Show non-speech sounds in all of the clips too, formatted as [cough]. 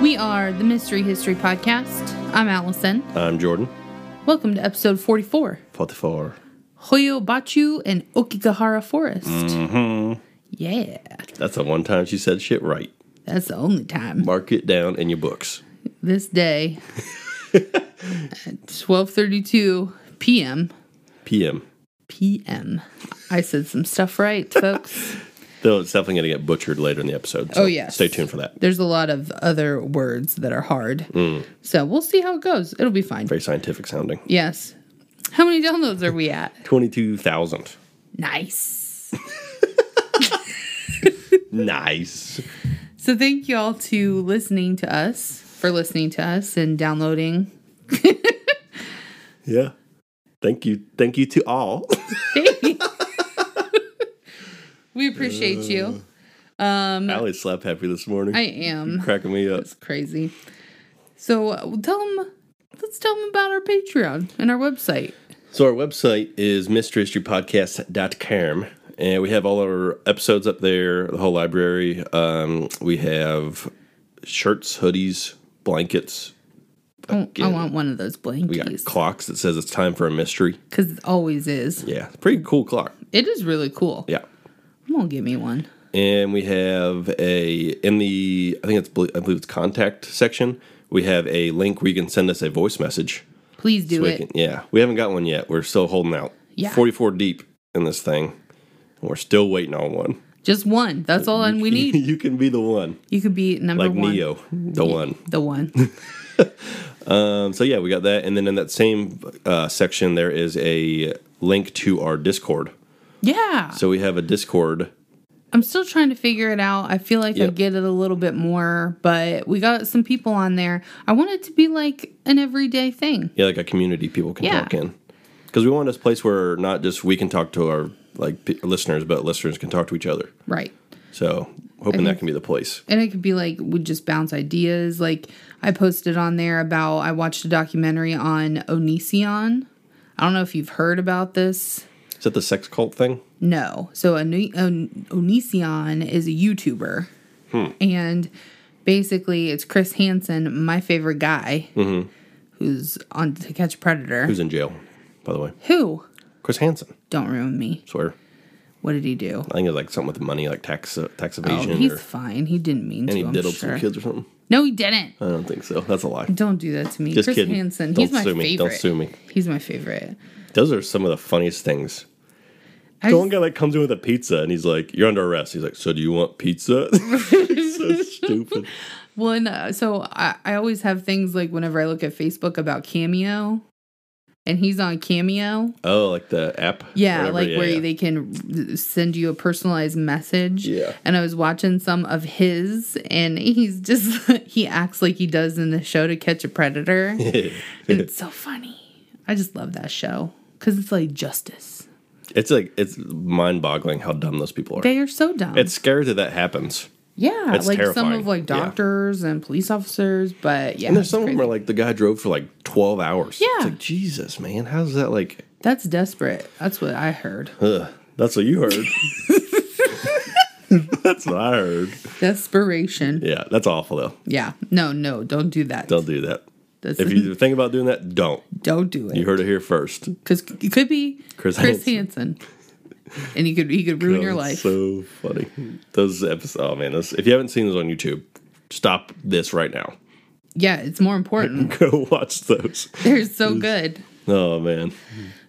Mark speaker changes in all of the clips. Speaker 1: We are the Mystery History Podcast. I'm Allison.
Speaker 2: I'm Jordan.
Speaker 1: Welcome to episode 44
Speaker 2: 44.
Speaker 1: Hoyobachu and Okigahara Forest. Yeah,
Speaker 2: That's the one time she said shit right.
Speaker 1: that's the only time.
Speaker 2: Mark it down in your books.
Speaker 1: This day at 12:32 p.m.
Speaker 2: PM.
Speaker 1: p.m. I said some stuff right, folks.
Speaker 2: Though it's definitely going to get butchered later in the episode. So
Speaker 1: Oh, yes.
Speaker 2: Stay tuned for that.
Speaker 1: There's a lot of other words that are hard. So we'll see how it goes. It'll be fine.
Speaker 2: Very scientific sounding.
Speaker 1: Yes. How many downloads are we at?
Speaker 2: 22,000.
Speaker 1: Nice.
Speaker 2: Nice.
Speaker 1: So thank you all to listening to us, for listening to us and downloading. [laughs]
Speaker 2: Yeah. Thank you. Thank you to [laughs] all.
Speaker 1: we appreciate you.
Speaker 2: Allie's slap happy this morning.
Speaker 1: I am.
Speaker 2: Cracking me up.
Speaker 1: It's crazy. So uh, tell them, let's tell them about our Patreon and our website.
Speaker 2: So our website is mysteryhistorypodcast.com. And we have all our episodes up there, the whole library. Um, we have shirts, hoodies, blankets.
Speaker 1: Oh, I
Speaker 2: Again,
Speaker 1: want one of those
Speaker 2: We got
Speaker 1: blankies
Speaker 2: clocks that says it's time for a mystery.
Speaker 1: because it always is.
Speaker 2: Yeah, it's a pretty cool clock.
Speaker 1: It is really cool.
Speaker 2: Yeah,
Speaker 1: I'm gonna give me one.
Speaker 2: and we have a in the I think it's ble- I believe it's contact section. We have a link where you can send us a voice message.
Speaker 1: Please do
Speaker 2: We
Speaker 1: it.
Speaker 2: can- yeah, we haven't got one yet. We're still holding out.
Speaker 1: Yeah.
Speaker 2: forty four deep in this thing. And we're still waiting on one.
Speaker 1: Just one. That's all and we need.
Speaker 2: [laughs] you can be the one,
Speaker 1: You could
Speaker 2: [laughs]
Speaker 1: be number
Speaker 2: like
Speaker 1: one.
Speaker 2: Neo, the one.
Speaker 1: The
Speaker 2: [laughs]
Speaker 1: one.
Speaker 2: Um, so yeah, we got that, and then in that same uh, section there is a link to our Discord.
Speaker 1: Yeah.
Speaker 2: So we have a Discord.
Speaker 1: I'm still trying to figure it out. I feel like I
Speaker 2: Yep.
Speaker 1: get it a little bit more, but we got some people on there. I want it to be like an everyday thing.
Speaker 2: Yeah, like a community people can
Speaker 1: Yeah.
Speaker 2: talk in. Because we want this place where not just we can talk to our like p- listeners, but listeners can talk to each other.
Speaker 1: Right.
Speaker 2: So hoping that can be the place.
Speaker 1: And it could be like we just bounce ideas. Like I posted on there about I watched a documentary on Onision. I don't know if you've heard about this.
Speaker 2: Is that the sex cult thing?
Speaker 1: No. So Oni- On- Onision is a YouTuber.
Speaker 2: Hmm.
Speaker 1: And basically it's Chris Hansen, my favorite guy, who's on To Catch a Predator.
Speaker 2: Mm-hmm. Who's in jail, by the way?
Speaker 1: Who?
Speaker 2: Chris Hansen.
Speaker 1: Don't ruin me.
Speaker 2: Swear.
Speaker 1: What did he do?
Speaker 2: I think it was like something with money, like tax uh, tax
Speaker 1: Oh,
Speaker 2: evasion,
Speaker 1: he's
Speaker 2: or
Speaker 1: fine. He didn't mean
Speaker 2: and
Speaker 1: to.
Speaker 2: he
Speaker 1: I'm
Speaker 2: diddled
Speaker 1: sure.
Speaker 2: some kids or something.
Speaker 1: No, he didn't.
Speaker 2: I don't think so. That's a lie.
Speaker 1: Don't do that to me.
Speaker 2: Just
Speaker 1: Chris
Speaker 2: kidding.
Speaker 1: Hansen.
Speaker 2: Don't
Speaker 1: he's my
Speaker 2: sue
Speaker 1: favorite.
Speaker 2: me. Don't sue me.
Speaker 1: He's my favorite.
Speaker 2: Those are some of the funniest things.
Speaker 1: I
Speaker 2: The one guy like comes in with a pizza and he's like, "You're under arrest." He's like, "So do you want pizza?" [laughs] It's
Speaker 1: [laughs]
Speaker 2: so stupid.
Speaker 1: well, and, uh, so I, I always have things like whenever I look at Facebook about Cameo, and he's on Cameo.
Speaker 2: Oh, like the app.
Speaker 1: Yeah,
Speaker 2: Whatever.
Speaker 1: like where
Speaker 2: yeah.
Speaker 1: they can send you a personalized message.
Speaker 2: Yeah.
Speaker 1: And I was watching some of his, and he's just [laughs] he acts like he does in the show to catch a
Speaker 2: [laughs]
Speaker 1: predator. And it's so funny. I just love that show because it's like justice.
Speaker 2: It's like it's mind-boggling how dumb those people are.
Speaker 1: They are so dumb.
Speaker 2: it's scary that that happens.
Speaker 1: yeah,
Speaker 2: it's
Speaker 1: like some
Speaker 2: terrifying.
Speaker 1: of like
Speaker 2: Yeah.
Speaker 1: doctors and police officers, but yeah,
Speaker 2: And there's
Speaker 1: it's
Speaker 2: some of them
Speaker 1: crazy.
Speaker 2: are like the guy drove for like 12 hours. It's
Speaker 1: Yeah.
Speaker 2: like Jesus, man, how's that like?
Speaker 1: that's desperate. That's what I heard.
Speaker 2: Ugh, that's what you
Speaker 1: [laughs]
Speaker 2: heard. [laughs] that's what I heard.
Speaker 1: Desperation.
Speaker 2: Yeah, that's awful though.
Speaker 1: Yeah. No, no, don't do that.
Speaker 2: Don't do that.
Speaker 1: That's-
Speaker 2: If you think about doing that, don't.
Speaker 1: Don't do
Speaker 2: You
Speaker 1: it
Speaker 2: heard it here first.
Speaker 1: because it could be Chris,
Speaker 2: Chris
Speaker 1: Hansen. and you could you could ruin your
Speaker 2: Oh,
Speaker 1: life.
Speaker 2: it's So funny. Those episodes. Oh man, those, if you haven't seen those on YouTube, stop this right now. [laughs]
Speaker 1: yeah, it's more important.
Speaker 2: Go watch those.
Speaker 1: They're so good.
Speaker 2: Oh man.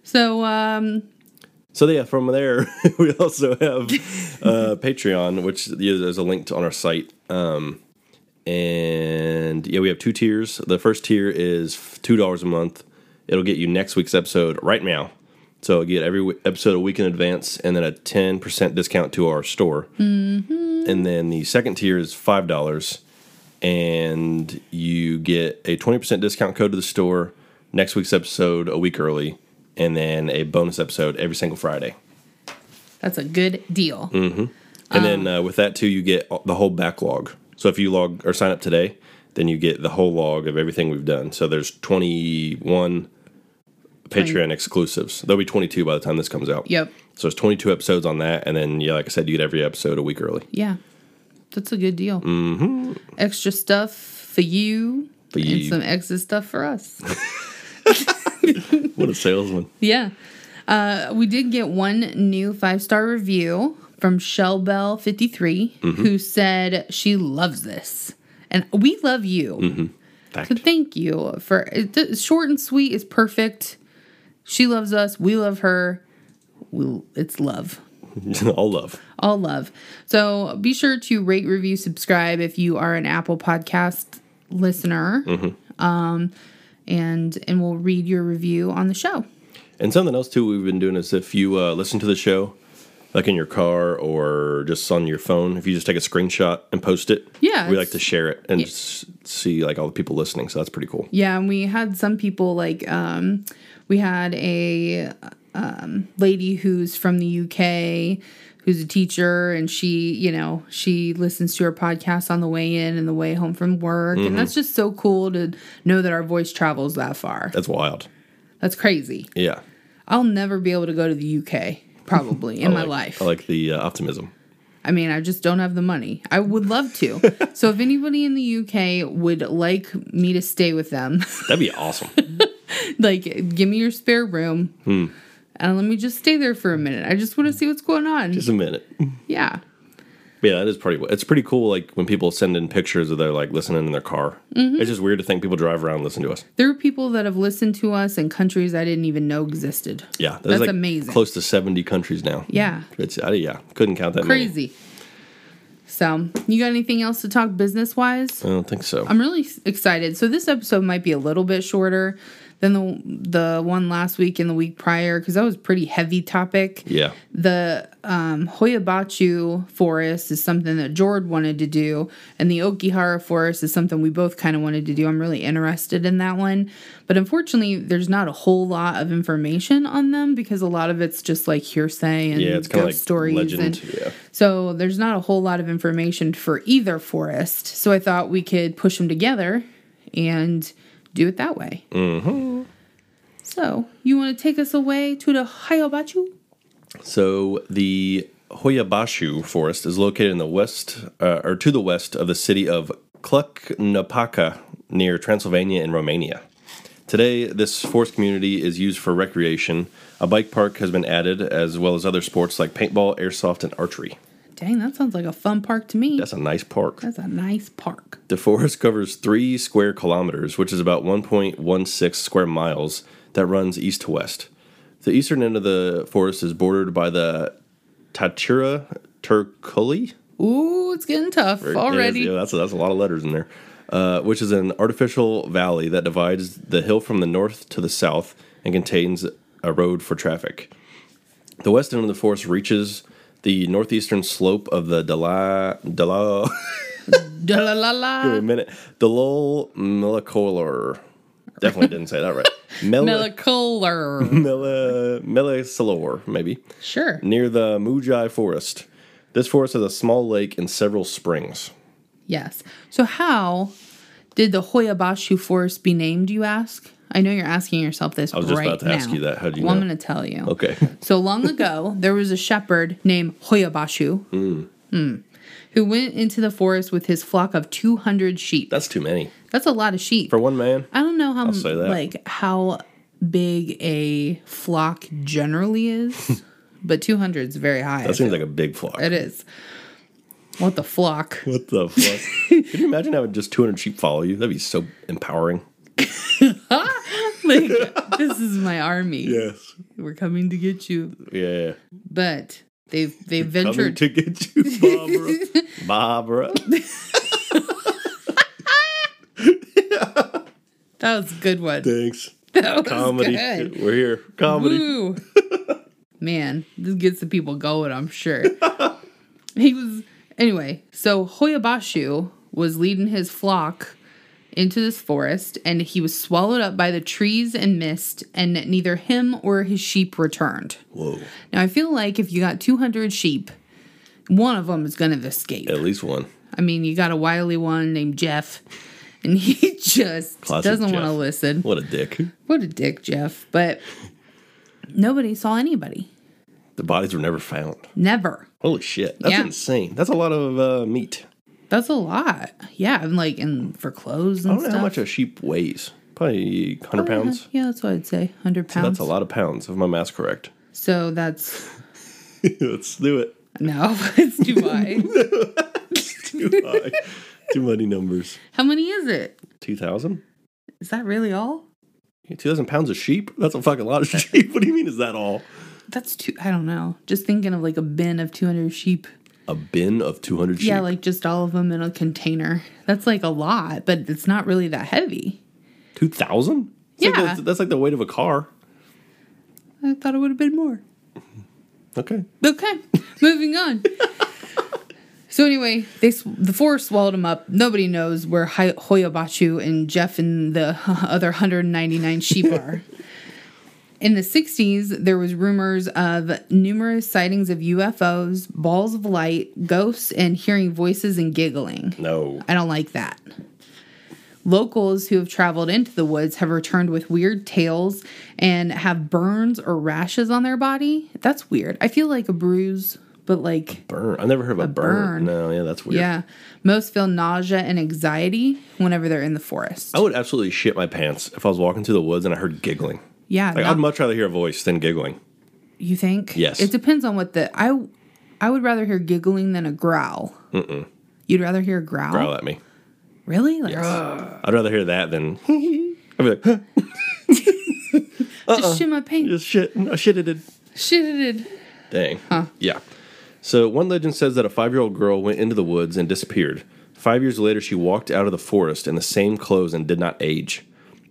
Speaker 1: So um,
Speaker 2: So yeah, from there [laughs] we also have uh, Patreon, which yeah, there's a link to on our site. Um, and yeah, we have two tiers. The first tier is two dollars a month. It'll get you next week's episode right now. So you get every w- episode a week in advance, and then a ten percent discount to our store. Mm-hmm. And then the second tier is five dollars, and you get a 20% discount code to the store, next week's episode a week early, and then a bonus episode every single Friday. Mm.
Speaker 1: that's a good deal.
Speaker 2: And then uh, with that too, you get the whole backlog. So if you log or sign up today, then you get the whole log of everything we've done. So there's 21 Patreon exclusives. There'll be 22 by the time this comes out.
Speaker 1: Yep.
Speaker 2: So there's 22 episodes on that, and then yeah, like I said, you get every episode a week early.
Speaker 1: Yeah. That's a good deal. Mm-hmm. Extra stuff for you.
Speaker 2: For
Speaker 1: And
Speaker 2: you.
Speaker 1: some extra stuff for us. [laughs]
Speaker 2: What a salesman!
Speaker 1: yeah. Uh, we did get one new five star review from Shellbell53
Speaker 2: Mm-hmm.
Speaker 1: who said she loves this. And we love you. So
Speaker 2: Fact.
Speaker 1: thank you for it- it's short and sweet is perfect. She loves us. We love her. We, it's love.
Speaker 2: [laughs] All love.
Speaker 1: All love. So be sure to rate, review, subscribe if you are an Apple Podcast listener. Um, and and we'll read your review on the show.
Speaker 2: And something else too we've been doing is if you uh, listen to the show, like in your car or just on your phone, if you just take a screenshot and post it,
Speaker 1: Yeah,
Speaker 2: we
Speaker 1: it's-
Speaker 2: like to share it and s see like all the people listening. So that's pretty cool.
Speaker 1: Yeah, and we had some people like um, we had a um, lady who's from the UK who's a teacher and she, you know, she listens to our podcast on the way in and the way home from work
Speaker 2: Mm-hmm.
Speaker 1: and that's just so cool to know that our voice travels that far.
Speaker 2: That's wild.
Speaker 1: That's crazy.
Speaker 2: Yeah,
Speaker 1: I'll never be able to go to the UK probably in
Speaker 2: [laughs] I
Speaker 1: my
Speaker 2: like-
Speaker 1: life.
Speaker 2: I like the uh, optimism.
Speaker 1: I mean, I just don't have the money. I would love to.
Speaker 2: [laughs]
Speaker 1: so if anybody in the UK would like me to stay with them,
Speaker 2: That'd be awesome. [laughs]
Speaker 1: like give me your spare room
Speaker 2: Hmm.
Speaker 1: and let me just stay there for a minute i just want to see what's going on
Speaker 2: just a minute.
Speaker 1: yeah
Speaker 2: Yeah, that is pretty. It's pretty cool. Like when people send in pictures of their like listening in their car.
Speaker 1: Mm-hmm.
Speaker 2: It's just weird to think people drive around and listen to us.
Speaker 1: there are people that have listened to us in countries i didn't even know existed
Speaker 2: Yeah, there's
Speaker 1: That's
Speaker 2: like
Speaker 1: amazing.
Speaker 2: Close to seventy countries now.
Speaker 1: yeah
Speaker 2: It's I, yeah, couldn't count that. many.
Speaker 1: crazy so you got anything else to talk business wise
Speaker 2: I don't think so.
Speaker 1: i'm really s- excited so this episode might be a little bit shorter than the the one last week and the week prior because that was a pretty heavy topic
Speaker 2: yeah.
Speaker 1: the um, Hoyabachu forest is something that Jord wanted to do, and the Okihara forest is something we both kind of wanted to do. I'm really interested in that one, but unfortunately, there's not a whole lot of information on them because a lot of it's just like hearsay and
Speaker 2: Yeah, it's kinda
Speaker 1: ghost
Speaker 2: like
Speaker 1: stories.
Speaker 2: legend,
Speaker 1: and-
Speaker 2: yeah.
Speaker 1: So there's not a whole lot of information for either forest. So I thought we could push them together and do it that way. Mm-hmm. So you want to take us away to the Hoyabachu?
Speaker 2: So the Hoyabashu Forest is located in the west, uh, or to the west of the city of Cluj-Napoca, near Transylvania in Romania. Today, this forest community is used for recreation. A bike park has been added, as well as other sports like paintball, airsoft, and archery.
Speaker 1: Dang, that sounds like a fun park to me.
Speaker 2: That's a nice park.
Speaker 1: That's a nice park.
Speaker 2: The forest [laughs] covers three square kilometers, which is about 1.16 square miles, that runs east to west. The eastern end of the forest is bordered by the Tachira Turcoli.
Speaker 1: Ooh, it's getting tough already.
Speaker 2: Yeah, that's, that's a lot of letters in there. Uh, which is an artificial valley that divides the hill from the north to the south and contains a road for traffic. The west end of the forest reaches the northeastern slope of the Dala, Dala, [laughs]
Speaker 1: Da la la
Speaker 2: Wait
Speaker 1: la.
Speaker 2: a minute. Dalol Melicolor. Definitely didn't
Speaker 1: [laughs]
Speaker 2: say that right. Mel- [laughs]
Speaker 1: Melicolor.
Speaker 2: Mel- Melicolor, maybe.
Speaker 1: sure.
Speaker 2: Near the Mujai Forest. This forest has a small lake and several springs.
Speaker 1: Yes. So, how did the Hoyabashu forest be named, you ask? I know you're asking yourself this. I
Speaker 2: was just about to ask you that. How do you
Speaker 1: well, I'm
Speaker 2: know?
Speaker 1: going to tell you.
Speaker 2: Okay. [laughs]
Speaker 1: So long ago, there was a shepherd named Hoyabashu Hmm. who went into the forest with his flock of 200 sheep.
Speaker 2: That's too many.
Speaker 1: That's a lot of sheep.
Speaker 2: For one man,
Speaker 1: I don't know how
Speaker 2: say that.
Speaker 1: like how big a flock generally is, [laughs] but 200 is very high.
Speaker 2: that seems like a big flock.
Speaker 1: it is. What the flock? [laughs]
Speaker 2: What the fuck? Could you imagine having just 200 sheep follow you? That'd be so empowering.
Speaker 1: like this is my army.
Speaker 2: Yes.
Speaker 1: We're coming to get you.
Speaker 2: Yeah.
Speaker 1: But they've they
Speaker 2: Coming
Speaker 1: ventured
Speaker 2: to get you,
Speaker 1: [laughs]
Speaker 2: Barbara. Barbara.
Speaker 1: that was a good one.
Speaker 2: Thanks.
Speaker 1: That was
Speaker 2: Comedy.
Speaker 1: good.
Speaker 2: We're here. Comedy. [laughs]
Speaker 1: Woo. Man, this gets the people going, I'm
Speaker 2: [laughs]
Speaker 1: sure. he was anyway, so Hoyabashu was leading his flock into this forest and he was swallowed up by the trees and mist and neither him or his sheep returned.
Speaker 2: Whoa.
Speaker 1: Now I feel like if you got 200 sheep One of them is going to escape.
Speaker 2: At least one.
Speaker 1: I mean, you got a wily one named Jeff, and he [laughs] just
Speaker 2: Classic
Speaker 1: doesn't want to
Speaker 2: Jeff.
Speaker 1: listen.
Speaker 2: What a dick.
Speaker 1: What a dick, Jeff. But nobody saw anybody.
Speaker 2: The bodies were never found.
Speaker 1: Never.
Speaker 2: Holy shit. That's
Speaker 1: Yeah.
Speaker 2: insane. That's a lot of uh, meat.
Speaker 1: That's a lot. Yeah, and like and for clothes
Speaker 2: I
Speaker 1: and
Speaker 2: don't know
Speaker 1: stuff.
Speaker 2: how much a sheep weighs. Probably
Speaker 1: Yeah,
Speaker 2: 100 pounds.
Speaker 1: Yeah, that's what I'd say. Hundred pounds.
Speaker 2: That's a lot of pounds, if my math's correct. [laughs]
Speaker 1: So that's
Speaker 2: Let's do it.
Speaker 1: no, [laughs] it's too
Speaker 2: [laughs]
Speaker 1: high.
Speaker 2: Too high. Too many numbers.
Speaker 1: how many is it?
Speaker 2: 2,000?
Speaker 1: Is that really all?
Speaker 2: Yeah, 2,000 pounds of sheep? That's a fucking lot of sheep. [laughs] What do you mean, is that all?
Speaker 1: That's too. I don't know. Just thinking of like a bin of two hundred sheep.
Speaker 2: A bin of 200 sheep?
Speaker 1: Yeah, like just all of them in a container. That's like a lot, but it's not really that heavy.
Speaker 2: 2,000? It's like
Speaker 1: Yeah.
Speaker 2: the- that's like the weight of a car.
Speaker 1: I thought it would have been more.
Speaker 2: Okay.
Speaker 1: Okay, moving on. so anyway, they s- the four swallowed him up. Nobody knows where Hi- Hoyobachu and Jeff and the [laughs] other 199 sheep are. In the 60s, there was rumors of numerous sightings of UFOs, balls of light, ghosts, and hearing voices and giggling.
Speaker 2: No.
Speaker 1: I don't like that. Locals who have traveled into the woods have returned with weird tails and have burns or rashes on their body. That's weird. I feel like a bruise, but like,
Speaker 2: Burn. I never heard of a,
Speaker 1: burn.
Speaker 2: burn. No, yeah, that's weird.
Speaker 1: yeah. Most feel nausea and anxiety whenever they're in the forest.
Speaker 2: I would absolutely shit my pants if I was walking through the woods and I heard giggling.
Speaker 1: yeah.
Speaker 2: Like,
Speaker 1: not-
Speaker 2: I'd much rather hear a voice than giggling.
Speaker 1: you think?
Speaker 2: Yes.
Speaker 1: It depends on what the. I, I would rather hear giggling than a growl. Mm-mm. You'd rather hear a growl?
Speaker 2: Growl at me.
Speaker 1: Really? Like,
Speaker 2: I'd rather hear that than. [laughs] I'd be like, huh, Uh-uh.
Speaker 1: just shit my pants.
Speaker 2: just shit. I shitted it.
Speaker 1: Shit it. did.
Speaker 2: Dang. Yeah. So one legend says that a five-year-old girl went into the woods and disappeared. Five years later, she walked out of the forest in the same clothes and did not age.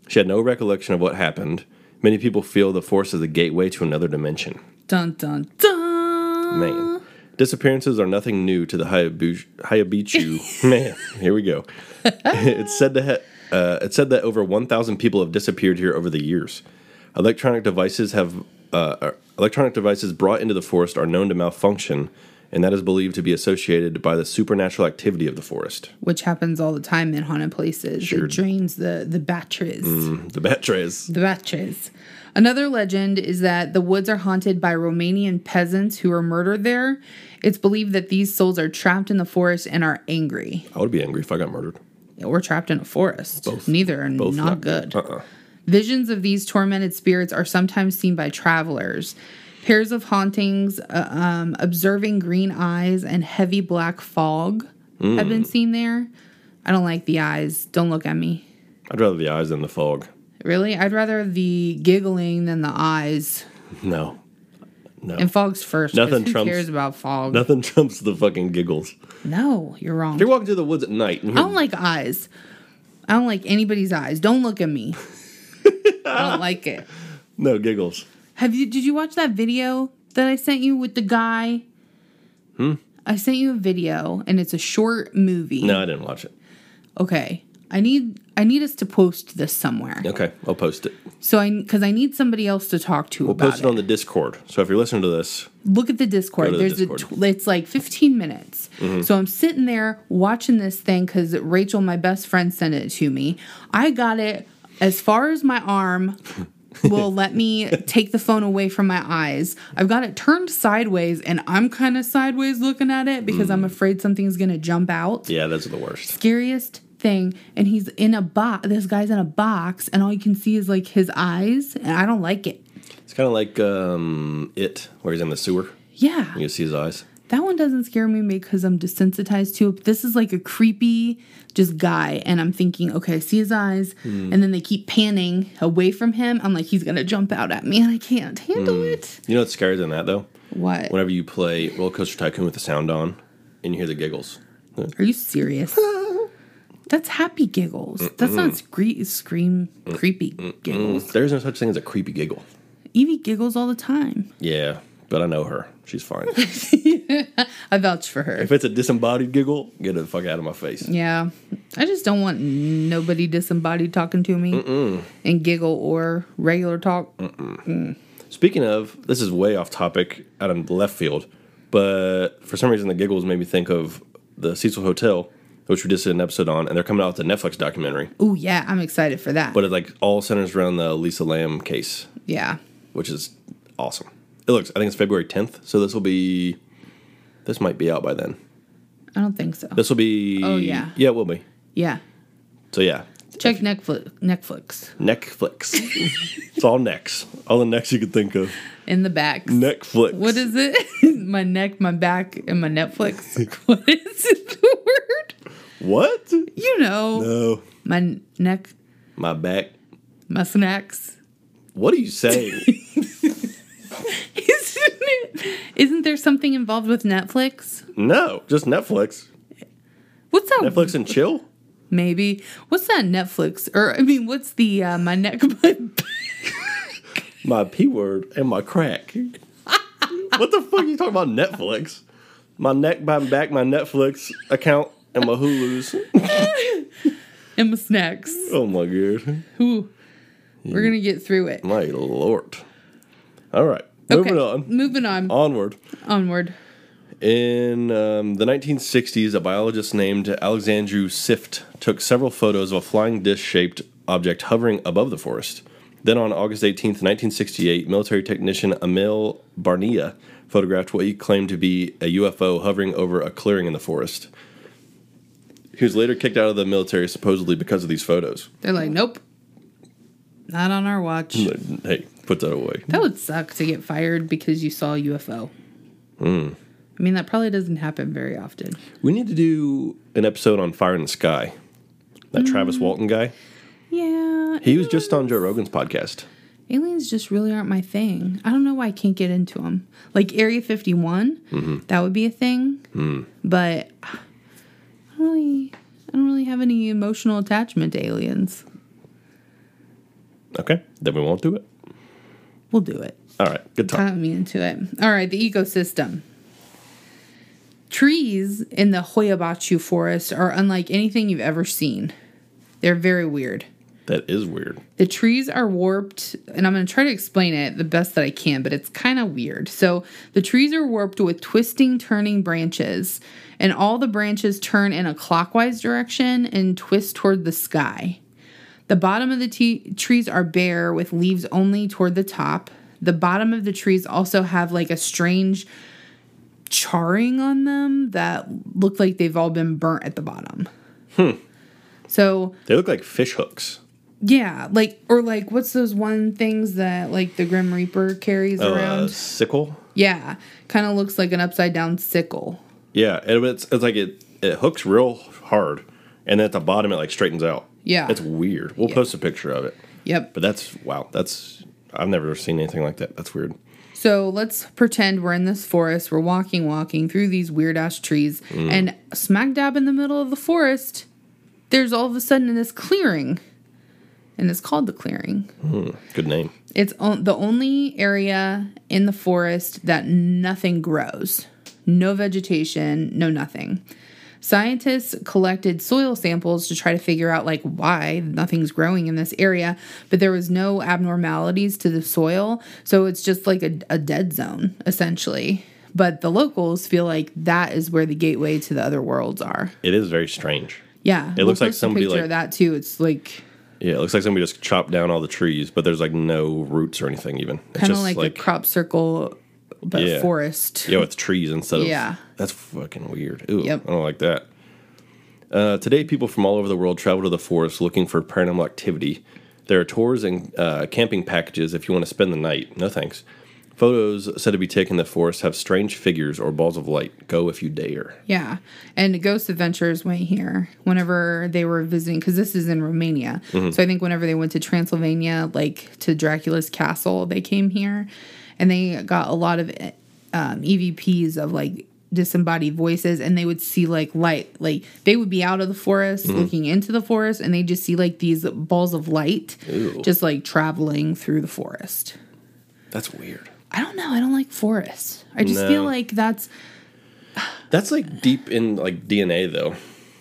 Speaker 2: She had no recollection of what happened. Many people feel the forest is the gateway to another dimension.
Speaker 1: Dun, dun, dun.
Speaker 2: Man, disappearances are nothing new to the Hayabuch- Hayabichu. Man, here we go. [laughs] it's said to ha- uh, it's said that over 1,000 people have disappeared here over the years. Electronic devices have uh, are- electronic devices brought into the forest are known to malfunction, and that is believed to be associated by the supernatural activity of the forest.
Speaker 1: which happens all the time in haunted places. It drains the the batteries.
Speaker 2: Mm-hmm. The bat trays.
Speaker 1: The batteries. Another legend is that the woods are haunted by Romanian peasants who are murdered there. It's believed that these souls are trapped in the forest and are angry,
Speaker 2: I would be angry if I got murdered.
Speaker 1: or trapped in a forest. Neither are
Speaker 2: Both
Speaker 1: not good.
Speaker 2: Uh-uh.
Speaker 1: Visions of these tormented spirits are sometimes seen by travelers. Pairs of hauntings, uh, um, observing green eyes and heavy black fog have
Speaker 2: Mm.
Speaker 1: been seen there. I don't like the eyes. Don't look at me.
Speaker 2: I'd rather the eyes than the fog.
Speaker 1: Really? I'd rather the giggling than the eyes.
Speaker 2: No,
Speaker 1: And fog's first. 'cause
Speaker 2: Nothing
Speaker 1: who
Speaker 2: trumps-
Speaker 1: cares about fog?
Speaker 2: nothing [laughs] trumps the fucking giggles. If
Speaker 1: No, you're wrong.
Speaker 2: you're walking through the woods at night and
Speaker 1: I
Speaker 2: you
Speaker 1: don't like eyes. I don't like anybody's eyes. Don't look at
Speaker 2: [laughs]
Speaker 1: me. I don't like it.
Speaker 2: no giggles.
Speaker 1: Have you? Did you watch that video that I sent you with the guy? Hmm. I sent you a video, and it's a short movie.
Speaker 2: No, I didn't watch it.
Speaker 1: Okay. I need I need us to post this somewhere.
Speaker 2: Okay, I'll post it.
Speaker 1: So I because I need somebody else to talk to
Speaker 2: We'll
Speaker 1: about
Speaker 2: post
Speaker 1: it.
Speaker 2: it on the Discord. So if you're listening to this,
Speaker 1: look at the Discord.
Speaker 2: Go to the
Speaker 1: There's a
Speaker 2: Discord. Mm-hmm.
Speaker 1: tw- it's like 15 minutes. So I'm sitting there watching this thing because Rachel, my best friend, sent it to me. I got it as far as my
Speaker 2: [laughs]
Speaker 1: arm will let me take the phone away from my eyes. I've got it turned sideways and I'm kind of sideways looking at it because I'm afraid something's gonna jump out
Speaker 2: Mm. yeah, those are the worst.
Speaker 1: scariest thing and he's in a box this guy's in a box and all you can see is like his eyes and i don't like it
Speaker 2: It's kind of like um, it, where he's in the sewer.
Speaker 1: yeah
Speaker 2: You can see his eyes.
Speaker 1: that one doesn't scare me because i'm desensitized to it but this is like a creepy just guy and i'm thinking okay i see his eyes and then they keep panning away from him i'm like he's gonna jump out at me and i can't handle it
Speaker 2: You know what's scarier than that though?
Speaker 1: what
Speaker 2: Whenever you play Roller Coaster Tycoon with the sound on, and you hear the giggles.
Speaker 1: are you serious that's happy giggles that's not scree- scream creepy giggles
Speaker 2: There's no such thing as a creepy giggle.
Speaker 1: evie giggles all the time
Speaker 2: Yeah, but I know her. She's [laughs] fine.
Speaker 1: i vouch for her
Speaker 2: if it's a disembodied giggle, get the fuck out of my face.
Speaker 1: Yeah. I just don't want nobody disembodied talking to me and giggle or regular talk.
Speaker 2: Speaking of, this is way off topic out in left field, But for some reason, the giggles made me think of the Cecil Hotel, which we just did an episode on, and they're coming out with a Netflix documentary.
Speaker 1: Oh yeah, I'm excited for that.
Speaker 2: But it like all centers around the Lisa Lamb case,
Speaker 1: yeah,
Speaker 2: which is awesome. It looks. I think it's February 10th, so this will be. This might be out by then.
Speaker 1: I don't think so.
Speaker 2: This will be.
Speaker 1: Oh, yeah.
Speaker 2: Yeah, it will be.
Speaker 1: Yeah,
Speaker 2: So yeah,
Speaker 1: check Netflix. Netflix [laughs]
Speaker 2: Netflix. it's all necks. All the necks you could think of.
Speaker 1: in the back.
Speaker 2: Netflix.
Speaker 1: What is it? [laughs] my neck, my back, and my
Speaker 2: [laughs]
Speaker 1: Netflix. what is [laughs] the word?
Speaker 2: What?
Speaker 1: You know,
Speaker 2: No.
Speaker 1: my neck,
Speaker 2: My back.
Speaker 1: my snacks. [laughs]
Speaker 2: What are you saying?
Speaker 1: Isn't it? Isn't there something involved with Netflix?
Speaker 2: no, just Netflix.
Speaker 1: What's that?
Speaker 2: Netflix and chill.
Speaker 1: Maybe. What's that Netflix? Or I mean, what's the uh, my neck? [laughs] My
Speaker 2: My p word and my crack. [laughs] what the fuck are you talking about? Netflix. My neck, my back, my Netflix account, and my Hulu's.
Speaker 1: and my snacks.
Speaker 2: oh my god.
Speaker 1: Ooh,
Speaker 2: Hmm.
Speaker 1: we're gonna get through it.
Speaker 2: My lord. All right. Moving on. Um,
Speaker 1: Moving on.
Speaker 2: Onward.
Speaker 1: Onward.
Speaker 2: In um, the 1960s, a biologist named Alexandru Sift took several photos of a flying disc shaped object hovering above the forest. Then on August 18, 1968, military technician Emil Barnia photographed what he claimed to be a UFO hovering over a clearing in the forest. He was later kicked out of the military supposedly because of these photos.
Speaker 1: They're like, nope, not on our watch.
Speaker 2: Like, Hey, put that away.
Speaker 1: That would suck to get fired because you saw a UFO.
Speaker 2: Hmm.
Speaker 1: I mean, that probably doesn't happen very often.
Speaker 2: We need to do an episode on Fire in the Sky. That Travis Walton guy.
Speaker 1: Yeah.
Speaker 2: He was just on Joe Rogan's podcast.
Speaker 1: aliens just really aren't my thing. I don't know why I can't get into them. Like Area 51,
Speaker 2: Mm-hmm.
Speaker 1: that would be a thing.
Speaker 2: Hmm.
Speaker 1: But I don't really I don't really have any emotional attachment to aliens.
Speaker 2: Okay, then we won't do it.
Speaker 1: We'll do it.
Speaker 2: All right, good talk.
Speaker 1: Got me into it. All right, the ecosystem. Trees in the Hoyabachu forest are unlike anything you've ever seen. They're very weird.
Speaker 2: That is weird.
Speaker 1: The trees are warped, and I'm going to try to explain it the best that I can, but it's kind of weird. So, the trees are warped with twisting, turning branches, and all the branches turn in a clockwise direction and twist toward the sky. The bottom of the te- trees are bare with leaves only toward the top. The bottom of the trees also have like a strange charring on them that look like they've all been burnt at the bottom. So,
Speaker 2: They look like fish hooks.
Speaker 1: yeah, like or like what's those one things that like the Grim Reaper carries
Speaker 2: Oh,
Speaker 1: around?
Speaker 2: uh, sickle.
Speaker 1: yeah, kind of looks like an upside down sickle.
Speaker 2: Yeah, and it's it's like it it hooks real hard, and then at the bottom it like straightens out.
Speaker 1: Yeah.
Speaker 2: it's weird. We'll post a picture of it.
Speaker 1: Yep.
Speaker 2: But that's wow. That's I've never seen anything like that. That's weird.
Speaker 1: So let's pretend we're in this forest. We're walking, walking through these weird ass trees,
Speaker 2: Mm.
Speaker 1: and smack dab in the middle of the forest, there's all of a sudden this clearing, and it's called the clearing.
Speaker 2: Good name.
Speaker 1: It's on, the only area in the forest that nothing grows. No vegetation, no nothing. Scientists collected soil samples to try to figure out like why nothing's growing in this area, but there was no abnormalities to the soil, so it's just like a, a dead zone essentially. But the locals feel like that is where the gateway to the other worlds are.
Speaker 2: It is very strange.
Speaker 1: Yeah,
Speaker 2: It looks like
Speaker 1: post a
Speaker 2: somebody,
Speaker 1: picture
Speaker 2: like-
Speaker 1: of that too. It's like
Speaker 2: Yeah, it looks like somebody just chopped down all the trees, but there's like no roots or anything even. It's
Speaker 1: kind of
Speaker 2: just
Speaker 1: like, a crop circle, but
Speaker 2: Yeah.
Speaker 1: forest.
Speaker 2: Yeah, with trees instead of.
Speaker 1: Yeah.
Speaker 2: That's fucking weird. Ooh,
Speaker 1: Yep.
Speaker 2: I don't like that. Uh, today, people from all over the world travel to the forest looking for paranormal activity. There are tours and uh, camping packages if you want to spend the night. No thanks. Photos said to be taken in the forest have strange figures or balls of light. Go if you dare.
Speaker 1: Yeah. And Ghost Adventures went here whenever they were visiting, because this is in Romania.
Speaker 2: Mm-hmm.
Speaker 1: So I think whenever they went to Transylvania, like to Dracula's castle, they came here and they got a lot of um, EVPs of like disembodied voices and they would see like light. Like they would be out of the forest
Speaker 2: Mm-hmm.
Speaker 1: looking into the forest and they just see like these balls of light just like traveling through the forest.
Speaker 2: That's weird.
Speaker 1: I don't know. I don't like forests. I just feel
Speaker 2: No.
Speaker 1: like that's
Speaker 2: That's like deep in like DNA though.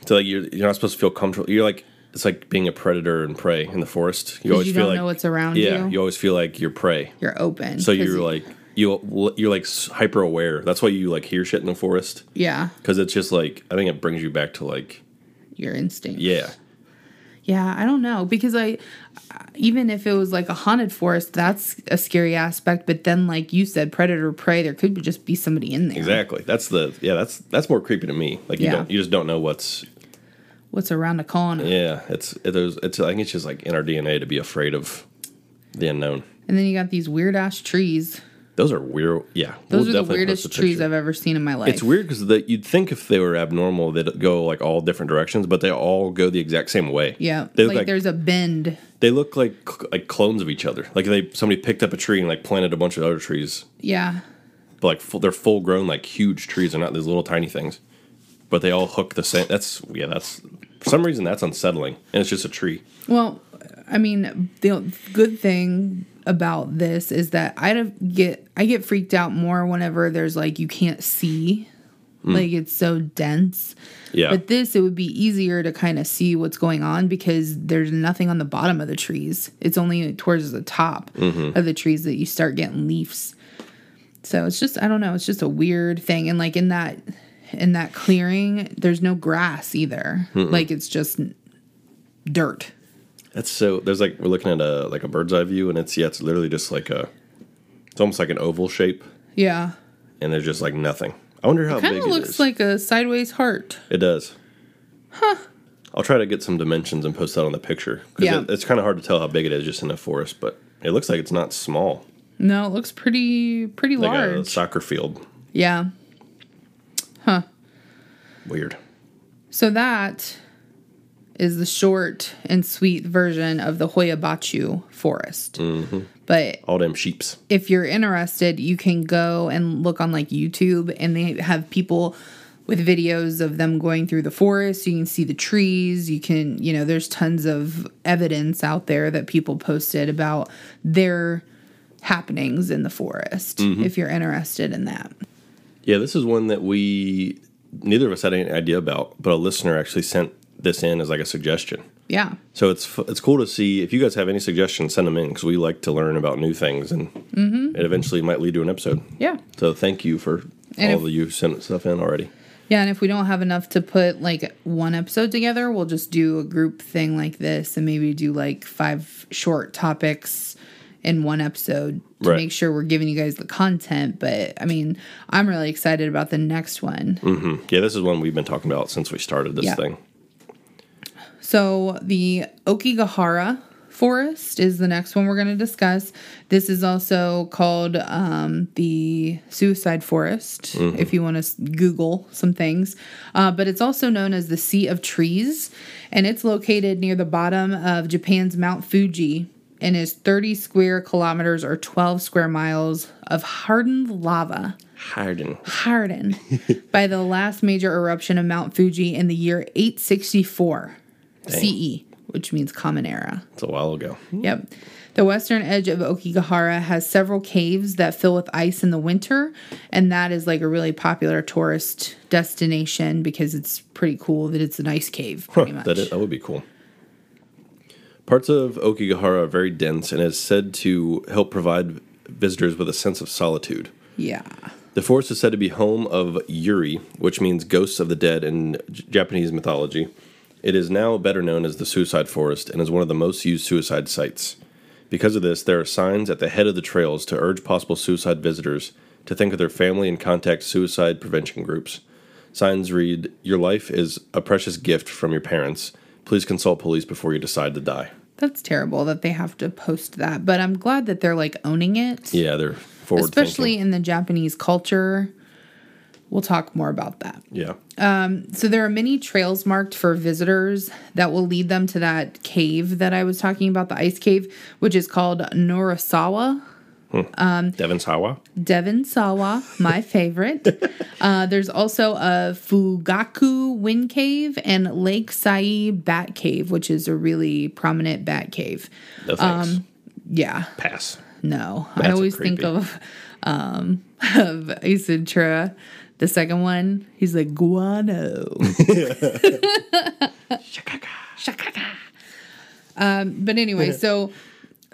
Speaker 2: So like you're you're not supposed to feel comfortable. You're like it's like being a predator and prey in the forest. You always
Speaker 1: you
Speaker 2: feel
Speaker 1: don't
Speaker 2: like
Speaker 1: know what's around
Speaker 2: yeah.
Speaker 1: you.
Speaker 2: You always feel like you're prey.
Speaker 1: you're open.
Speaker 2: So
Speaker 1: 'cause
Speaker 2: you're
Speaker 1: you-
Speaker 2: like you you're like s- hyper aware. That's why you like hear shit in the forest
Speaker 1: Yeah,
Speaker 2: because it's just like I think it brings you back to like
Speaker 1: your instinct.
Speaker 2: yeah
Speaker 1: Yeah, I don't know because I even if it was like a haunted forest, that's a scary aspect. But then, like you said, predator prey, there could just be somebody in there.
Speaker 2: exactly. That's the yeah that's that's more creepy to me. Like you
Speaker 1: Yeah.
Speaker 2: don't you just don't know what's
Speaker 1: What's around the corner?
Speaker 2: yeah it's it, there's it's I think it's just like in our DNA to be afraid of the unknown.
Speaker 1: And then you got these weird ass trees.
Speaker 2: Those are weird. Yeah,
Speaker 1: Those
Speaker 2: we'll
Speaker 1: are the
Speaker 2: definitely post a
Speaker 1: weirdest trees
Speaker 2: picture.
Speaker 1: I've ever seen in my life.
Speaker 2: It's weird because you'd think if they were abnormal, they'd go like all different directions, but they all go the exact same way.
Speaker 1: Yeah,
Speaker 2: they look
Speaker 1: like,
Speaker 2: like,
Speaker 1: there's a bend.
Speaker 2: they look like like clones of each other. Like they somebody picked up a tree and like planted a bunch of other trees,
Speaker 1: Yeah,
Speaker 2: but like full, they're full grown like huge trees. They're not these little tiny things, but they all hook the same. That's yeah. That's for some reason that's unsettling, and it's just a tree.
Speaker 1: Well, I mean, the good thing about this is that I don't get I get freaked out more whenever there's like you can't see,
Speaker 2: Mm.
Speaker 1: like it's so dense.
Speaker 2: Yeah.
Speaker 1: But this, it would be easier to kind of see what's going on because there's nothing on the bottom of the trees. It's only towards the top
Speaker 2: Mm-hmm.
Speaker 1: of the trees that you start getting leaves. So it's just I don't know. It's just a weird thing, and like in that in that clearing, there's no grass either. Like it's just dirt.
Speaker 2: That's so. There's like we're looking at a like a bird's eye view, and it's yeah, it's literally just like a. It's almost like an oval shape,
Speaker 1: Yeah.
Speaker 2: and there's just like nothing. I wonder how
Speaker 1: Kind
Speaker 2: big
Speaker 1: of
Speaker 2: it
Speaker 1: looks
Speaker 2: is.
Speaker 1: like a sideways heart.
Speaker 2: It does. Huh. I'll try to get some dimensions and post that on the picture because
Speaker 1: Yeah.
Speaker 2: it's kind of hard to tell how big it is just in a forest, but it looks like it's not small,
Speaker 1: No, it looks pretty pretty
Speaker 2: like a
Speaker 1: large.
Speaker 2: soccer field.
Speaker 1: yeah.
Speaker 2: Weird.
Speaker 1: So that is the short and sweet version of the Hoyabachu forest. But
Speaker 2: All them sheeps.
Speaker 1: if you're interested, you can go and look on like YouTube and they have people with videos of them going through the forest. You can see the trees. You can, you know, there's tons of evidence out there that people posted about their happenings in the forest if you're interested in that.
Speaker 2: Yeah, this is one that we neither of us had any idea about, but a listener actually sent this in as like a suggestion.
Speaker 1: Yeah.
Speaker 2: So it's f- it's cool to see if you guys have any suggestions, send them in because we like to learn about new things, and it eventually might lead to an episode.
Speaker 1: Mm-hmm. Yeah.
Speaker 2: So thank you for
Speaker 1: And
Speaker 2: all
Speaker 1: if-
Speaker 2: of you who sent stuff in already.
Speaker 1: Yeah, and if we don't have enough to put like one episode together, we'll just do a group thing like this and maybe do like five short topics in one episode to
Speaker 2: Right.
Speaker 1: make sure we're giving you guys the content. But I mean, I'm really excited about the next one.
Speaker 2: Hmm. Yeah, this is one we've been talking about since we started this
Speaker 1: Yeah.
Speaker 2: thing.
Speaker 1: So the Okigahara forest is the next one we're going to discuss. This is also called um, the Suicide Forest, if you want to Google some things. Uh, but it's also known as the Sea of Trees, and it's located near the bottom of Japan's Mount Fuji and is 30 square kilometers or 12 square miles of hardened lava
Speaker 2: Hiding.
Speaker 1: hardened [laughs] by the last major eruption of Mount Fuji in the year 864 CE, E, which means Common Era.
Speaker 2: It's a while ago.
Speaker 1: Yep. The western edge of Okigahara has several caves that fill with ice in the winter, and that is like a really popular tourist destination because it's pretty cool that it's an ice cave, pretty much.
Speaker 2: That, is, that would be cool. Parts of Okigahara are very dense and is said to help provide visitors with a sense of solitude.
Speaker 1: Yeah.
Speaker 2: The forest is said to be home of Yuri, which means ghosts of the dead in J- Japanese mythology. It is now better known as the Suicide Forest and is one of the most used suicide sites. Because of this, there are signs at the head of the trails to urge possible suicide visitors to think of their family and contact suicide prevention groups. Signs read, Your life is a precious gift from your parents. Please consult police before you decide to die.
Speaker 1: That's terrible that they have to post that, but I'm glad that they're like owning it.
Speaker 2: Yeah, they're forward
Speaker 1: Especially in the Japanese culture. We'll talk more about that.
Speaker 2: thinking. Yeah.
Speaker 1: So there are many trails marked for visitors that will lead them to that cave that I was talking about, the ice cave, which is called Norisawa.
Speaker 2: Devon Sawa?
Speaker 1: Devon Sawa, my favorite. uh, there's also a Fugaku Wind Cave and Lake Sai Bat Cave, which is a really prominent bat cave.
Speaker 2: No thanks.
Speaker 1: Yeah,
Speaker 2: Pass.
Speaker 1: no, I
Speaker 2: That's
Speaker 1: always
Speaker 2: creepy.
Speaker 1: think of um, [laughs] of Isidra, the second one. He's like
Speaker 2: [laughs]
Speaker 1: guano. [laughs] Um,
Speaker 2: [laughs]
Speaker 1: but anyway, so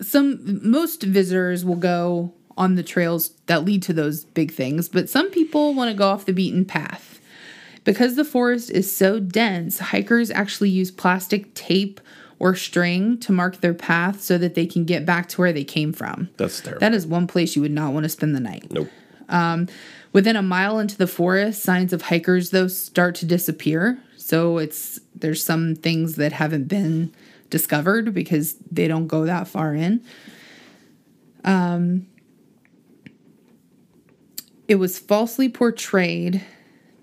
Speaker 1: some most visitors will go on the trails that lead to those big things, but some people want to go off the beaten path. Because the forest is so dense, hikers actually use plastic tape or string to mark their path so that they can get back to where they came from.
Speaker 2: That's terrible.
Speaker 1: That is one place you would not want to spend the night.
Speaker 2: nope.
Speaker 1: Within a mile into the forest, signs of hikers though start to disappear. So it's there's some things that haven't been discovered because they don't go that far in. Um, it was falsely portrayed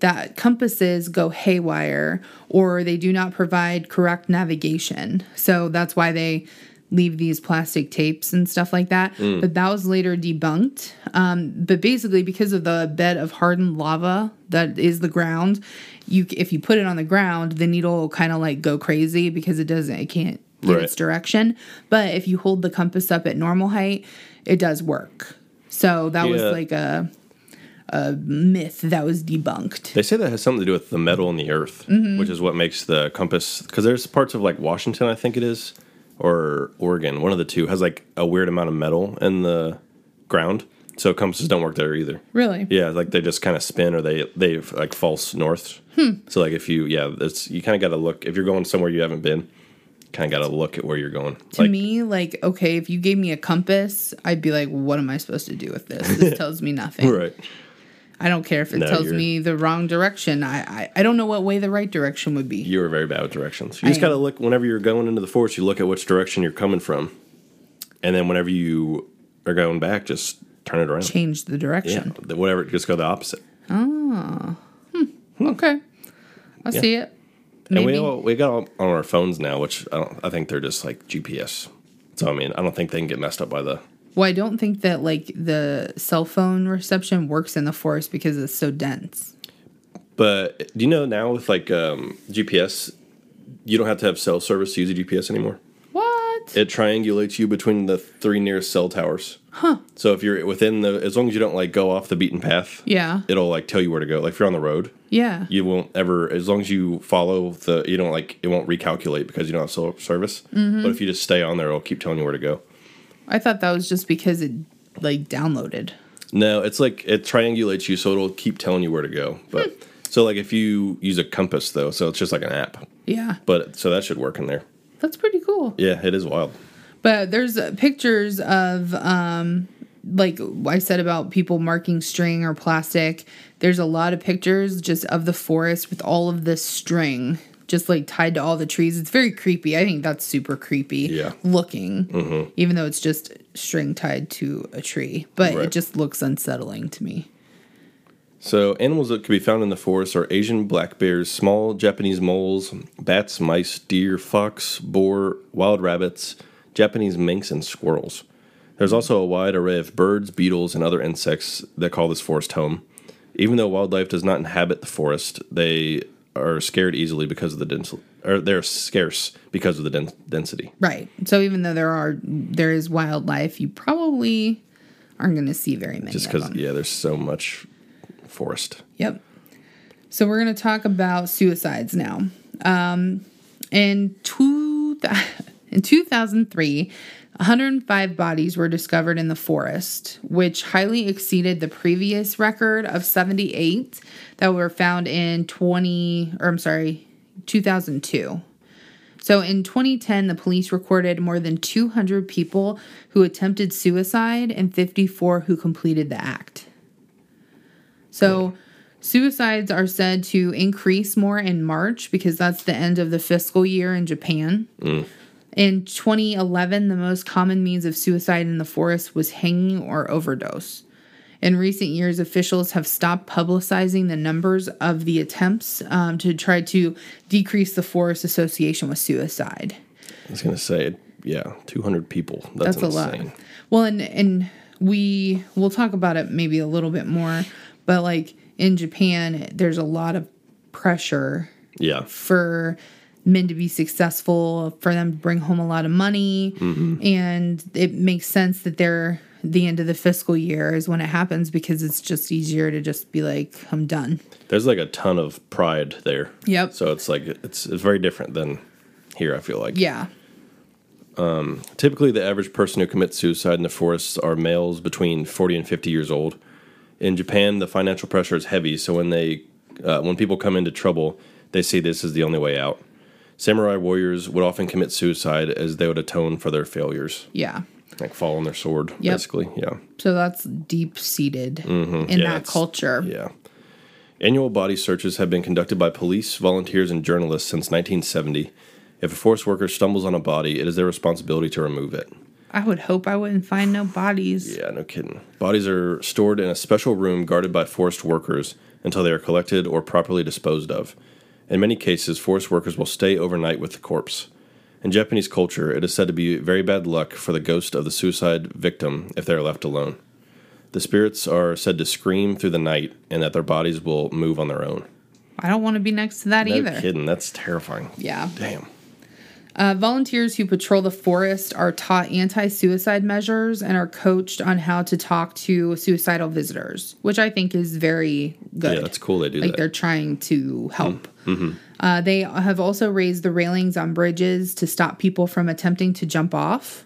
Speaker 1: that compasses go haywire or they do not provide correct navigation. So that's why they leave these plastic tapes and stuff like that. But that was later debunked. Um, but basically, because of the bed of hardened lava that is the ground, you if you put it on the ground, the needle will kind of like go crazy because it doesn't, it can't get
Speaker 2: Right.
Speaker 1: its direction. But if you hold the compass up at normal height, it does work. So that was
Speaker 2: Yeah.
Speaker 1: like a a myth that was debunked.
Speaker 2: They say that has something to do with the metal in the earth,
Speaker 1: Mm-hmm.
Speaker 2: which is what makes the compass. Because there's parts of like Washington, I think it is, or Oregon, one of the two, has like a weird amount of metal in the ground. So compasses don't work there either.
Speaker 1: Really?
Speaker 2: Yeah, like they just kind of spin or they they like false north.
Speaker 1: Hmm.
Speaker 2: So like if you yeah, it's you kind of got to look if you're going somewhere you haven't been, kind of got to look at where you're going.
Speaker 1: To
Speaker 2: like
Speaker 1: me, like, okay, if you gave me a compass, I'd be like, what am I supposed to do with this?
Speaker 2: [laughs]
Speaker 1: This tells me nothing.
Speaker 2: [laughs] right.
Speaker 1: I don't care if it
Speaker 2: No,
Speaker 1: tells
Speaker 2: you're-
Speaker 1: me the wrong direction. I, I I don't know what way the right direction would be.
Speaker 2: You were very bad with directions. You
Speaker 1: I
Speaker 2: just got to
Speaker 1: am.
Speaker 2: look whenever you're going into the forest. You look at which direction you're coming from, and then whenever you are going back, just turn it around.
Speaker 1: Change the
Speaker 2: Yeah,
Speaker 1: direction.
Speaker 2: th- whatever. Just go the opposite.
Speaker 1: Okay. I see it.
Speaker 2: And
Speaker 1: Maybe.
Speaker 2: we all, we got all on our phones now, which I don't. I think they're just like GPS. So I mean, I don't think they can get messed up by the.
Speaker 1: well, I don't think that like the cell phone reception works in the forest because it's so dense.
Speaker 2: But do you know now with like um, GPS, you don't have to have cell service to use a GPS anymore.
Speaker 1: What?
Speaker 2: It triangulates you between the three nearest cell towers. Huh. So if you're within the, as long as you don't like go off the beaten path.
Speaker 1: yeah.
Speaker 2: it'll like tell you where to go. Like if you're on the road,
Speaker 1: yeah.
Speaker 2: you won't ever, as long as you follow the, you don't like, it won't recalculate because you don't have cell service. But if you just stay on there, it'll keep telling you where to go.
Speaker 1: I thought that was just because it like downloaded.
Speaker 2: No, it's like it triangulates you, so it'll keep telling you where to go. But so like if you use a compass though, so it's just like an app.
Speaker 1: Yeah.
Speaker 2: But so that should work in there.
Speaker 1: That's pretty cool.
Speaker 2: Yeah, it is wild.
Speaker 1: But there's uh, pictures of, um, like I said about people marking string or plastic. There's a lot of pictures just of the forest with all of this string just like tied to all the trees. It's very creepy. I think that's super creepy
Speaker 2: Yeah. Mm-hmm.
Speaker 1: looking, even though it's just string tied to a tree. But it
Speaker 2: Right.
Speaker 1: just looks unsettling to me.
Speaker 2: So animals that can be found in the forest are Asian black bears, small Japanese moles, bats, mice, deer, fox, boar, wild rabbits, Japanese minks, and squirrels. There's also a wide array of birds, beetles, and other insects that call this forest home. Even though wildlife does not inhabit the forest, they are scared easily because of the dens- or they're scarce because of the dens- density.
Speaker 1: Right. So even though there are there is wildlife, you probably aren't going to see very many.
Speaker 2: Just
Speaker 1: of
Speaker 2: because
Speaker 1: them.
Speaker 2: yeah, there's so much forest.
Speaker 1: Yep. So we're going to talk about suicides now. Um, in two [laughs] in 2003, 105 bodies were discovered in the forest, which highly exceeded the previous record of 78 that were found in 20 or I'm sorry, 2002. So in 2010, the police recorded more than 200 people who attempted suicide and 54 who completed the act. So suicides are said to increase more in March because that's the end of the fiscal year in Japan. In 2011, the most common means of suicide in the forest was hanging or overdose. In recent years, officials have stopped publicizing the numbers of the attempts um, to try to decrease the forest association with suicide.
Speaker 2: I was gonna say yeah, 200 people. That's,
Speaker 1: That's a
Speaker 2: insane.
Speaker 1: lot. Well, and and we we'll talk about it maybe a little bit more, but like in Japan, there's a lot of pressure
Speaker 2: Yeah.
Speaker 1: for men to be successful, for them to bring home a lot of money,
Speaker 2: Mm-hmm.
Speaker 1: and it makes sense that they're the end of the fiscal year is when it happens because it's just easier to just be like I'm done.
Speaker 2: there's like a ton of pride there.
Speaker 1: Yep.
Speaker 2: So it's like it's it's very different than here. I feel like.
Speaker 1: Yeah.
Speaker 2: Um, typically, the average person who commits suicide in the forests are males between 40 and 50 years old. In Japan, the financial pressure is heavy, so when they uh, when people come into trouble, they see this as the only way out. Samurai warriors would often commit suicide as they would atone for their failures,
Speaker 1: Yeah.
Speaker 2: like fall on their sword,
Speaker 1: Yep.
Speaker 2: basically. Yeah.
Speaker 1: So that's deep seated in
Speaker 2: Mm-hmm. Yeah,
Speaker 1: that
Speaker 2: it's-
Speaker 1: culture.
Speaker 2: Yeah. Annual body searches have been conducted by police, volunteers, and journalists since 1970. If a forest worker stumbles on a body, it is their responsibility to remove it.
Speaker 1: I would hope I wouldn't find no bodies.
Speaker 2: Yeah, no kidding. Bodies are stored in a special room guarded by forest workers until they are collected or properly disposed of. In many cases, forest workers will stay overnight with the corpse. In Japanese culture, it is said to be very bad luck for the ghost of the suicide victim if they are left alone. The spirits are said to scream through the night and that their bodies will move on their own.
Speaker 1: I don't want to be next to that
Speaker 2: No
Speaker 1: either.
Speaker 2: kidding, that's terrifying.
Speaker 1: Yeah.
Speaker 2: Damn.
Speaker 1: Uh, volunteers who patrol the forest are taught anti suicide measures and are coached on how to talk to suicidal visitors, which I think is very good.
Speaker 2: Yeah, that's cool they do
Speaker 1: Like they're
Speaker 2: that. Mm-hmm.
Speaker 1: trying to help. Uh, they have also raised the railings on bridges to stop people from attempting to jump off.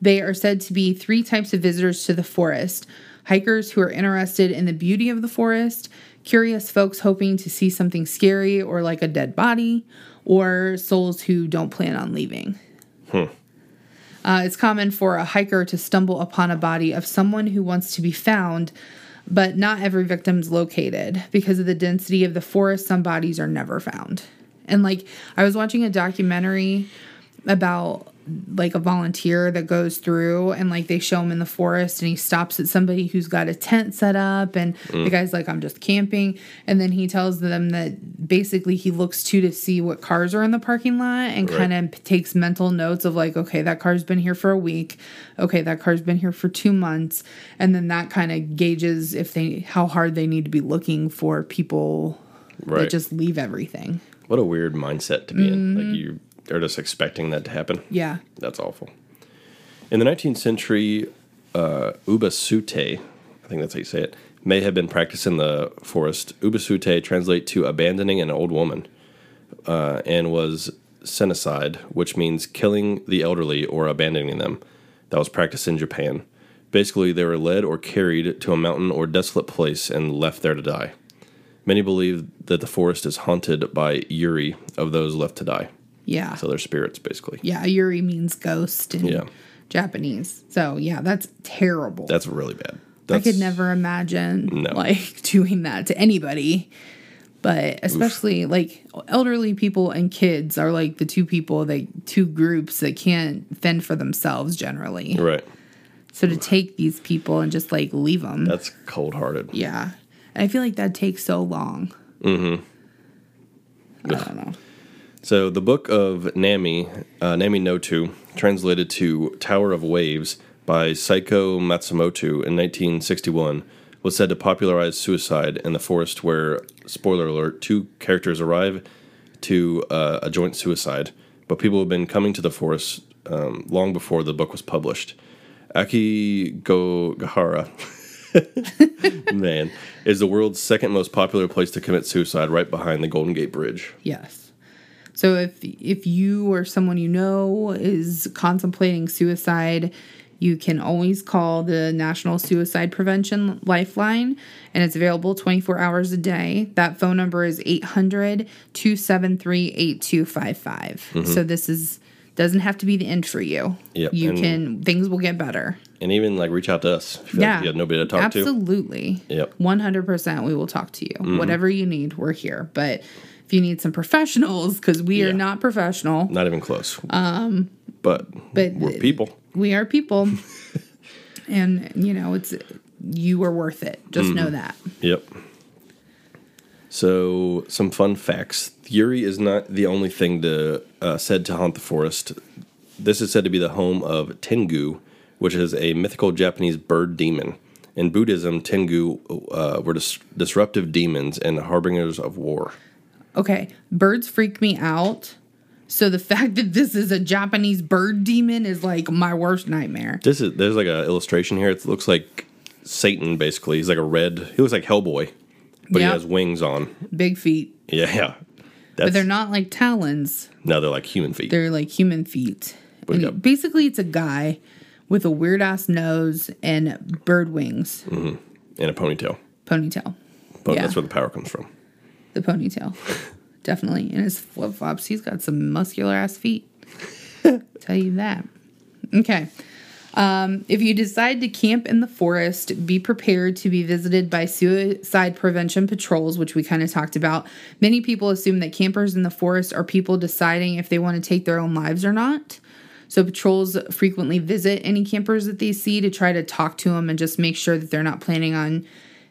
Speaker 1: They are said to be three types of visitors to the forest hikers who are interested in the beauty of the forest, curious folks hoping to see something scary or like a dead body, or souls who don't plan on leaving. Uh, it's common for a hiker to stumble upon a body of someone who wants to be found, but not every victim's located. Because of the density of the forest, some bodies are never found. And like, I was watching a documentary about like a volunteer that goes through and like they show him in the forest and he stops at somebody who's got a tent set up and the
Speaker 2: Mm.
Speaker 1: guy's like I'm just camping and then he tells them that basically he looks too to see what cars are in the parking lot and
Speaker 2: Right.
Speaker 1: kind of and p- takes mental notes of like, okay, that car's been here for a week. Okay, that car's been here for two months. And then that kind of gauges if they how hard they need to be looking for people
Speaker 2: Right.
Speaker 1: that just leave everything.
Speaker 2: What a weird mindset to be in. Like you are just expecting that to happen.
Speaker 1: Yeah.
Speaker 2: That's awful. In the 19th century, uh, ubasute, I think that's how you say it, may have been practiced in the forest. Ubasute translate to abandoning an old woman uh, and was senicide, which means killing the elderly or abandoning them. That was practiced in Japan. Basically, they were led or carried to a mountain or desolate place and left there to die. Many believe that the forest is haunted by yuri of those left to die.
Speaker 1: Yeah.
Speaker 2: So their spirits, basically.
Speaker 1: yeah. Yuri means ghost in
Speaker 2: Yeah.
Speaker 1: Japanese. So yeah, that's terrible.
Speaker 2: That's really bad.
Speaker 1: I
Speaker 2: That's,
Speaker 1: could never imagine
Speaker 2: No.
Speaker 1: like [laughs] doing that to anybody. But especially like elderly people and kids are like the two people that two groups that can't fend for themselves generally.
Speaker 2: Right.
Speaker 1: So to take these people and just like leave them.
Speaker 2: That's cold hearted.
Speaker 1: yeah. And I feel like that takes so long. Mm-hmm. I don't know.
Speaker 2: So the book of Nami, uh, Nami no Tu, translated to Tower of Waves by Seiko Matsumoto in 1961, was said to popularize suicide in the forest where, spoiler alert, two characters arrive to uh, a joint suicide. But people have been coming to the forest um, long before the book was published. Aki Gogahara. [laughs] Man, is the world's second most popular place to commit suicide, right behind the Golden Gate Bridge.
Speaker 1: Yes. So if if you or someone you know is contemplating suicide, you can always call the National Suicide Prevention Lifeline and it's available 24 hours a day. That phone number is 800-273-8255. So this is doesn't have to be the end for you.
Speaker 2: Mm-hmm. Yep,
Speaker 1: you
Speaker 2: and-
Speaker 1: can things will get better.
Speaker 2: and even like reach out to us. If you feel like you have nobody to talk to.
Speaker 1: Absolutely.
Speaker 2: Yep. Mm-hmm.
Speaker 1: 100% we will talk to you. Whatever you need, we're here. But if you need some professionals, because we
Speaker 2: Yeah.
Speaker 1: are not professional,
Speaker 2: Not even close. Um, but
Speaker 1: but
Speaker 2: we're people.
Speaker 1: we are
Speaker 2: [laughs]
Speaker 1: people. and, you know, it's you are worth it. Just know
Speaker 2: Mm-hmm.
Speaker 1: that.
Speaker 2: Yep. So some fun facts: Yuri is not the only thing to uh, said to haunt the forest. This is said to be the home of Tengu, which is a mythical Japanese bird demon. In Buddhism, Tengu uh, were dis- disruptive demons and harbingers of war.
Speaker 1: Okay. Birds freak me out. So the [laughs] fact that this is a Japanese bird demon is like my worst nightmare.
Speaker 2: This is there's like a illustration here. It looks like Satan basically. He's like a red. He looks like Hellboy, but he
Speaker 1: Yeah.
Speaker 2: has wings on.
Speaker 1: Big feet.
Speaker 2: Yeah, that's,
Speaker 1: But they're not like talons.
Speaker 2: No, they're like human feet.
Speaker 1: They're like human feet.
Speaker 2: We
Speaker 1: And
Speaker 2: got-
Speaker 1: basically, it's a guy with a weird ass nose and bird wings
Speaker 2: and a ponytail.
Speaker 1: ponytail.
Speaker 2: But
Speaker 1: Yeah.
Speaker 2: that's where the power comes from.
Speaker 1: The ponytail, definitely. And his flip flops. He's got some muscular ass feet. Tell you that. Okay. Um, if you decide to camp in the forest, be prepared to be visited by suicide prevention patrols, which we kind of talked about. Many people assume that campers in the forest are people deciding if they want to take their own lives or not. So patrols frequently visit any campers that they see to try to talk to them and just make sure that they're not planning on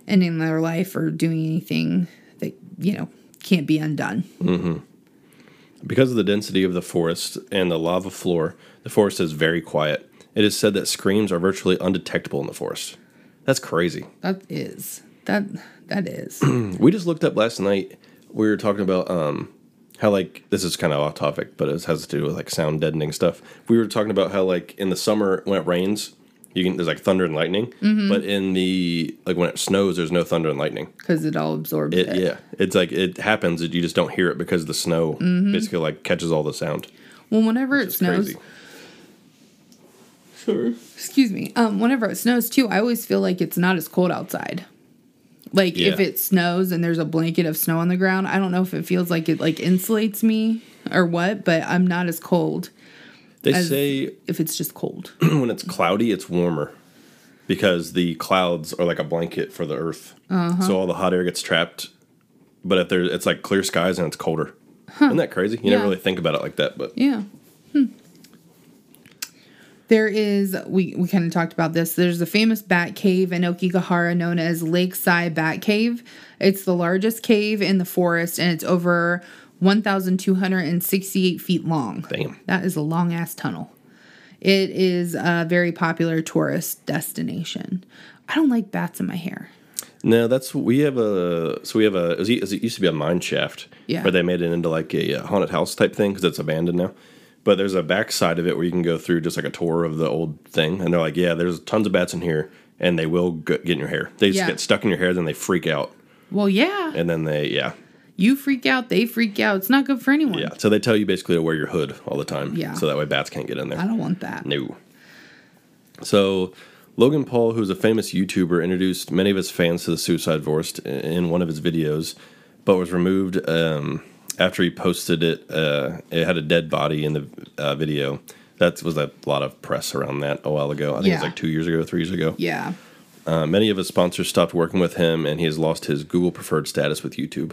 Speaker 1: ending their life or doing anything that you know can't be undone.
Speaker 2: Because of the density of the forest and the lava floor, the forest is very quiet. It is said that screams are virtually undetectable in the forest. That's crazy.
Speaker 1: That is that that is
Speaker 2: We just looked up last night. We were talking about um, how like this is kind of off topic, but it has to do with like sound deadening stuff. We were talking about how like in the summer when it rains, you can there's like thunder and lightning,
Speaker 1: Mm-hmm.
Speaker 2: but in the like when it snows, there's no thunder and lightning.
Speaker 1: because it all absorbs
Speaker 2: It,
Speaker 1: it.
Speaker 2: yeah, it's like it happens. that You just don't hear it because the snow basically like catches all the sound.
Speaker 1: Well, whenever it
Speaker 2: It's
Speaker 1: Mm-hmm. snows,
Speaker 2: crazy. Sure.
Speaker 1: excuse me. Um, whenever it snows too, I always feel like it's not as cold outside. Like if
Speaker 2: Yeah.
Speaker 1: it snows and there's a blanket of snow on the ground, I don't know if it feels like it like insulates me or what, but I'm not as cold
Speaker 2: They
Speaker 1: as
Speaker 2: say [clears throat]
Speaker 1: if it's just cold. [clears throat]
Speaker 2: when it's cloudy, it's warmer because the clouds are like a blanket for the earth.
Speaker 1: Uh-huh.
Speaker 2: So all the hot air gets trapped. But if there, it's like clear skies and it's colder. Isn't that crazy? You never
Speaker 1: Yeah.
Speaker 2: really think about it like that, but
Speaker 1: Yeah. Hmm. There is we we kind of talked about this. There's a famous bat cave in Okigahara known as Lakeside Bat Cave. It's the largest cave in the forest and it's over 1268 feet long.
Speaker 2: damn.
Speaker 1: That is a long ass tunnel. It is a very popular tourist destination. I don't like bats in my hair.
Speaker 2: No, that's we have a so we have a it, was, it used to be a mine shaft,
Speaker 1: Yeah.
Speaker 2: but they made it into like a uh, haunted house type thing because it's abandoned now. But there's a backside of it where you can go through just like a tour of the old thing, and they're like, yeah, there's tons of bats in here, and they will g- get in your hair. They just
Speaker 1: Yeah.
Speaker 2: get stuck in your hair, then they freak out,
Speaker 1: Well, yeah.
Speaker 2: and then they yeah,
Speaker 1: You freak out, they freak out. It's not good for anyone.
Speaker 2: Yeah, so they tell you basically to wear your hood all the time.
Speaker 1: Yeah.
Speaker 2: So that way bats can't get in there.
Speaker 1: I don't want that.
Speaker 2: no. So Logan Paul, who's a famous YouTuber, introduced many of his fans to the suicide forest in one of his videos, but was removed um, after he posted it. Uh, it had a dead body in the uh, video. That was a lot of press around that a while ago. I think it was
Speaker 1: Yeah.
Speaker 2: like two years ago, three years ago.
Speaker 1: Yeah.
Speaker 2: Uh, many of his sponsors stopped working with him, and he has lost his Google preferred status with YouTube.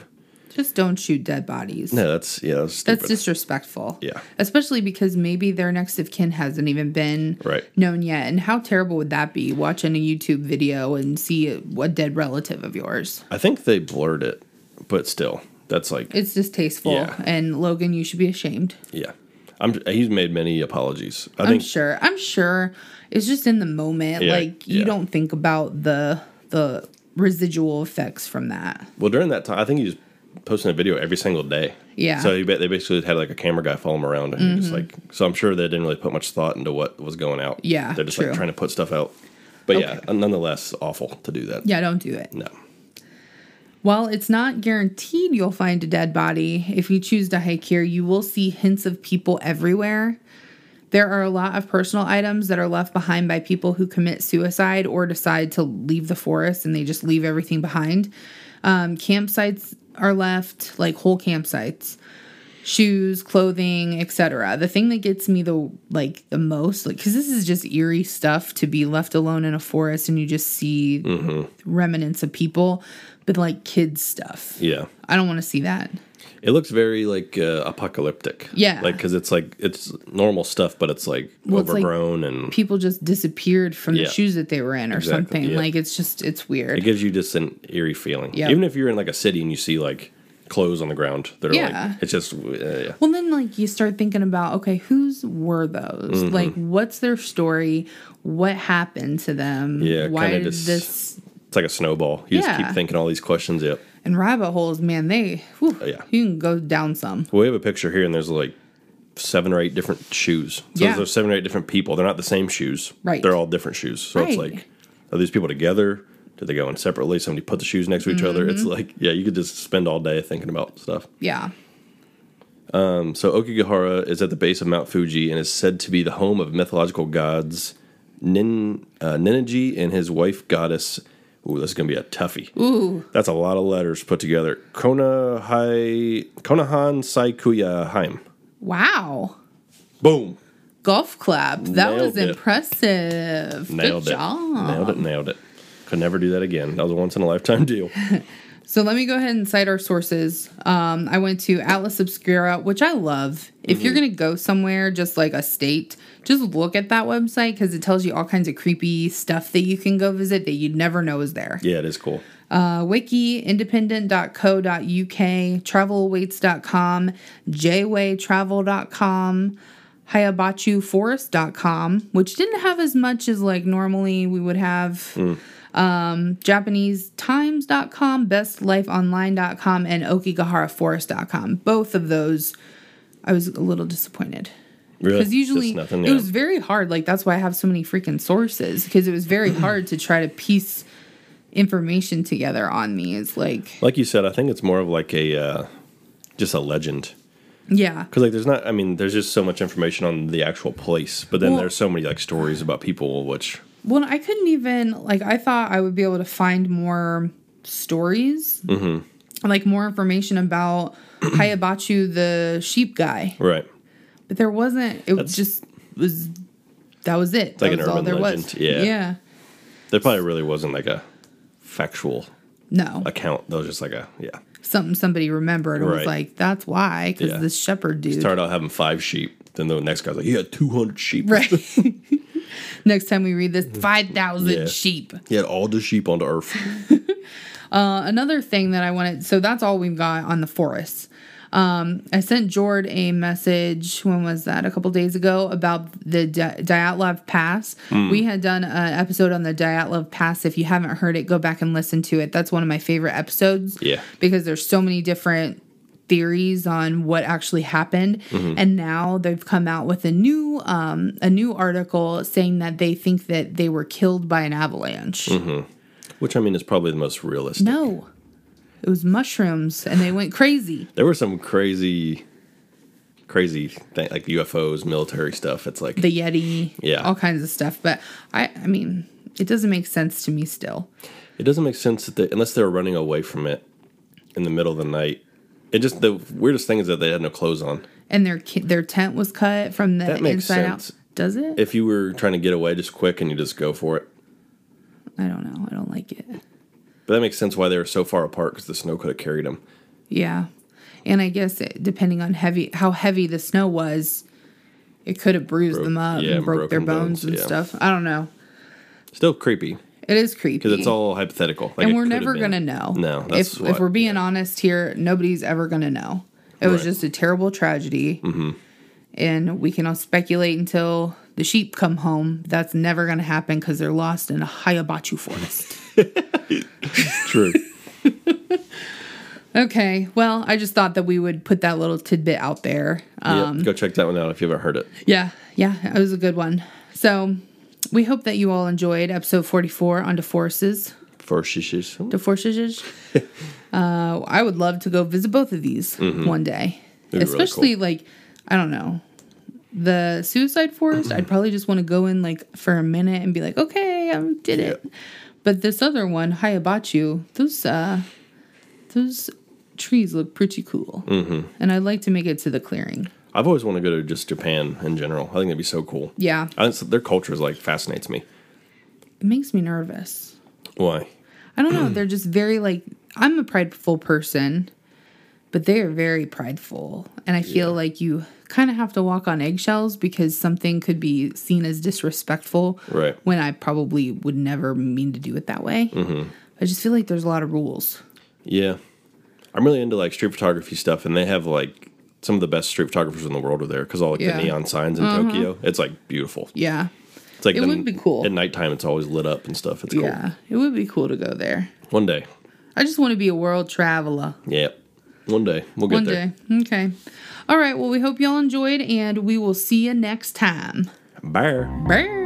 Speaker 1: Just don't shoot dead bodies.
Speaker 2: No, that's yeah, that's,
Speaker 1: That's
Speaker 2: stupid.
Speaker 1: disrespectful.
Speaker 2: Yeah.
Speaker 1: Especially because maybe their next of kin hasn't even been
Speaker 2: Right.
Speaker 1: known yet. And how terrible would that be watching a YouTube video and see a, a dead relative of yours?
Speaker 2: I think they blurred it, but still, that's like
Speaker 1: It's distasteful.
Speaker 2: Yeah.
Speaker 1: And Logan, you should be ashamed.
Speaker 2: yeah. I'm he's made many apologies. I
Speaker 1: I'm
Speaker 2: think
Speaker 1: sure. I'm sure. It's just in the moment.
Speaker 2: Yeah,
Speaker 1: Like you
Speaker 2: yeah.
Speaker 1: don't think about the the residual effects from that.
Speaker 2: well during that time, I think he was posting a video every single day.
Speaker 1: Yeah. Mm-hmm.
Speaker 2: So he ba- they basically had like a camera guy follow him around and he just like so I'm sure they didn't really put much thought into what was going out.
Speaker 1: Yeah,
Speaker 2: They're just
Speaker 1: true.
Speaker 2: like trying to put stuff out. But yeah, nonetheless, awful to do that.
Speaker 1: Yeah, don't do it.
Speaker 2: No.
Speaker 1: While it's not guaranteed you'll find a dead body, if you choose to hike here, you will see hints of people everywhere. There are a lot of personal items that are left behind by people who commit suicide or decide to leave the forest and they just leave everything behind. Um, campsites are left, like whole campsites, shoes, clothing, etc. The thing that gets me the like the most, like, because this is just eerie stuff to be left alone in a forest and you just see
Speaker 2: Mm-hmm.
Speaker 1: remnants of people, but like kids stuff.
Speaker 2: Yeah.
Speaker 1: I don't want to see that.
Speaker 2: It looks very like uh, apocalyptic.
Speaker 1: Yeah.
Speaker 2: Like cuz it's like it's normal stuff but it's like
Speaker 1: Well, it's like-
Speaker 2: overgrown and
Speaker 1: People just disappeared from
Speaker 2: Yeah.
Speaker 1: the shoes that they were in or
Speaker 2: Exactly,
Speaker 1: something.
Speaker 2: yeah.
Speaker 1: Like it's just it's weird.
Speaker 2: It gives you just an eerie feeling.
Speaker 1: Yeah.
Speaker 2: Even if you're in like a city and you see like clothes on the ground that are
Speaker 1: Yeah.
Speaker 2: like, it's just, uh, yeah.
Speaker 1: Well, then, like, you start thinking about, okay, whose were those?
Speaker 2: Mm-hmm.
Speaker 1: Like, what's their story? What happened to them?
Speaker 2: Yeah,
Speaker 1: Why
Speaker 2: kinda
Speaker 1: did
Speaker 2: just-
Speaker 1: this?
Speaker 2: It's like a snowball. You just
Speaker 1: Yeah.
Speaker 2: keep thinking all these questions. Yep.
Speaker 1: And rabbit holes, man, they, whew,
Speaker 2: Oh, yeah.
Speaker 1: you can go down some.
Speaker 2: Well, we have a picture here and there's like seven or eight different shoes. So
Speaker 1: Yeah.
Speaker 2: there's seven or eight different people. They're not the same shoes.
Speaker 1: Right.
Speaker 2: They're all different shoes. So it's
Speaker 1: Right.
Speaker 2: like, are these people together? Did they go in separately? Somebody
Speaker 1: Mm-hmm.
Speaker 2: put the shoes next to each other. It's like, yeah, you could just spend all day thinking about stuff.
Speaker 1: Yeah.
Speaker 2: Um, so Okigahara is at the base of Mount Fuji and is said to be the home of mythological gods Nin, uh, Ninigi and his wife goddess. Ooh, this is gonna be a toughie.
Speaker 1: Ooh,
Speaker 2: That's a lot of letters put together. Konahai, Konahan Saikuya Haim.
Speaker 1: wow.
Speaker 2: Boom.
Speaker 1: Golf clap. That
Speaker 2: Nailed
Speaker 1: was
Speaker 2: it.
Speaker 1: impressive.
Speaker 2: Nailed
Speaker 1: Good
Speaker 2: it.
Speaker 1: job.
Speaker 2: Nailed it. Nailed it. Could never do that again. That was a once in a lifetime [laughs] deal.
Speaker 1: So let me go ahead and cite our sources. Um, I went to Atlas Obscura, which I love. If you're going to go somewhere, just like a state, just look at that website because it tells you all kinds of creepy stuff that you can go visit that you'd never know is there.
Speaker 2: Yeah, it is cool.
Speaker 1: Uh, wiki, independent.co.uk, travelawaits.com, jaywaytravel.com, hayabachuforest.com, which didn't have as much as like normally we would have. Um, JapaneseTimes.com, bestlifeonline.com, and okigaharaforest.com. Both of those, I was a little disappointed.
Speaker 2: Really,
Speaker 1: Because usually
Speaker 2: Just nothing,
Speaker 1: it
Speaker 2: yeah.
Speaker 1: was very hard. Like that's why I have so many freaking sources because it was
Speaker 2: [clears throat]
Speaker 1: very hard to try to piece information together on these. Like,
Speaker 2: like you said. I think it's more of like a uh, just a legend.
Speaker 1: yeah,
Speaker 2: Because like, there's not. I mean, there's just so much information on the actual place, but then
Speaker 1: Well-
Speaker 2: there's so many like stories about people, which
Speaker 1: Well, I couldn't even like I thought I would be able to find more stories,
Speaker 2: Mm-hmm.
Speaker 1: like more information
Speaker 2: [clears throat]
Speaker 1: about Hayabachu the sheep guy,
Speaker 2: right,
Speaker 1: but there wasn't. It was
Speaker 2: That's-
Speaker 1: just was that was it.
Speaker 2: like
Speaker 1: that
Speaker 2: an
Speaker 1: was all
Speaker 2: urban
Speaker 1: there was.
Speaker 2: legend, yeah.
Speaker 1: yeah.
Speaker 2: there probably really wasn't like a factual
Speaker 1: No,
Speaker 2: account. That was just like a yeah.
Speaker 1: something somebody remembered and was
Speaker 2: Right.
Speaker 1: like, "That's why," because
Speaker 2: Yeah.
Speaker 1: this shepherd dude.
Speaker 2: Started out having five sheep, then the next guy's like, he had 200 sheep.
Speaker 1: Right. [laughs] Next time we read this, 5,000
Speaker 2: Yeah.
Speaker 1: sheep.
Speaker 2: [laughs] He had all the sheep on the earth.
Speaker 1: Uh, another thing that I wanted, so that's all we've got on the forest. Um, I sent Jord a message, when was that? A couple days ago about the Di- Dyatlov Pass. We had done an episode on the Dyatlov Pass. If you haven't heard it, go back and listen to it. That's one of my favorite episodes.
Speaker 2: Yeah.
Speaker 1: Because there's so many different theories on what actually happened and now they've come out with a new um a new article saying that they think that they were killed by an avalanche
Speaker 2: Which I mean is probably the most realistic.
Speaker 1: no it was mushrooms and they went crazy
Speaker 2: There were some crazy, crazy thing like UFOs, military stuff. It's like
Speaker 1: the yeti
Speaker 2: Yeah.
Speaker 1: all kinds of stuff but i i mean it doesn't make sense to me still
Speaker 2: it doesn't make sense that they, unless they were running away from it in the middle of the night. It just the weirdest thing is that they had no clothes on.
Speaker 1: and their ki- their tent was cut from the
Speaker 2: That makes
Speaker 1: inside out
Speaker 2: sense.
Speaker 1: does it
Speaker 2: If you were trying to get away just quick and you just go for it,
Speaker 1: i don't know i don't like it
Speaker 2: but that makes sense why they were so far apart because the snow could have carried them.
Speaker 1: Yeah. And I guess it, depending on heavy how heavy the snow was, it could have bruised
Speaker 2: Broke-
Speaker 1: them up
Speaker 2: yeah,
Speaker 1: and broke their
Speaker 2: broken
Speaker 1: bones,
Speaker 2: bones,
Speaker 1: and
Speaker 2: yeah.
Speaker 1: stuff. I don't know.
Speaker 2: Still creepy
Speaker 1: It is creepy.
Speaker 2: because it's all hypothetical. Like,
Speaker 1: and
Speaker 2: it
Speaker 1: we're
Speaker 2: could have
Speaker 1: never
Speaker 2: been.
Speaker 1: gonna know.
Speaker 2: No, that's
Speaker 1: if
Speaker 2: what,
Speaker 1: if we're being honest here, nobody's ever gonna know. It was
Speaker 2: Right. Mm-hmm.
Speaker 1: just a terrible tragedy. And we can all speculate until the sheep come home. That's never gonna happen because they're lost in a Hayabachu forest.
Speaker 2: [laughs] [laughs]
Speaker 1: [laughs]
Speaker 2: true.
Speaker 1: okay. Well, I just thought that we would put that little tidbit out there. Um,
Speaker 2: Yeah, go check that one out if you haven't heard it.
Speaker 1: Yeah, yeah, it was a good one. So we hope that you all enjoyed episode 44 on DeForces.
Speaker 2: For shishes. [laughs]
Speaker 1: DeForces? uh, I would love to go visit both of these one day.
Speaker 2: It'd Mm-hmm. be really
Speaker 1: Especially like, I don't know, the Suicide Forest,
Speaker 2: Mm-hmm.
Speaker 1: I'd probably just want to go in like for a minute and be like, okay, I did it. But this other one, Hayabachu, those, uh, those trees look pretty cool. Mm-hmm. And I'd like to make it to the clearing.
Speaker 2: I've always wanted to go to just Japan in general. I think that'd be so cool.
Speaker 1: Yeah,
Speaker 2: I, it's- their culture is like fascinates me.
Speaker 1: it makes me nervous.
Speaker 2: Why?
Speaker 1: I don't
Speaker 2: [clears throat]
Speaker 1: know. They're just very like I'm a prideful person, but they are very prideful, and I feel like you kind of have to walk on eggshells because something could be seen as disrespectful.
Speaker 2: Right.
Speaker 1: When I probably would never mean to do it that way.
Speaker 2: Mm-hmm.
Speaker 1: I just feel like there's a lot of rules.
Speaker 2: Yeah, I'm really into like street photography stuff, and they have like some of the best street photographers in the world are there because all like
Speaker 1: Yeah.
Speaker 2: the neon signs in Tokyo. It's like beautiful.
Speaker 1: Yeah.
Speaker 2: It's like
Speaker 1: It
Speaker 2: the-
Speaker 1: would be cool.
Speaker 2: at nighttime. It's always lit up and stuff. It's cool.
Speaker 1: Yeah. It would be cool to go there.
Speaker 2: One day,
Speaker 1: I just want to be a world traveler.
Speaker 2: yeah, one day we'll get
Speaker 1: One
Speaker 2: there.
Speaker 1: day. Okay. All right. Well, we hope y'all enjoyed, and we will see you next time.
Speaker 2: Bye.
Speaker 1: Bye.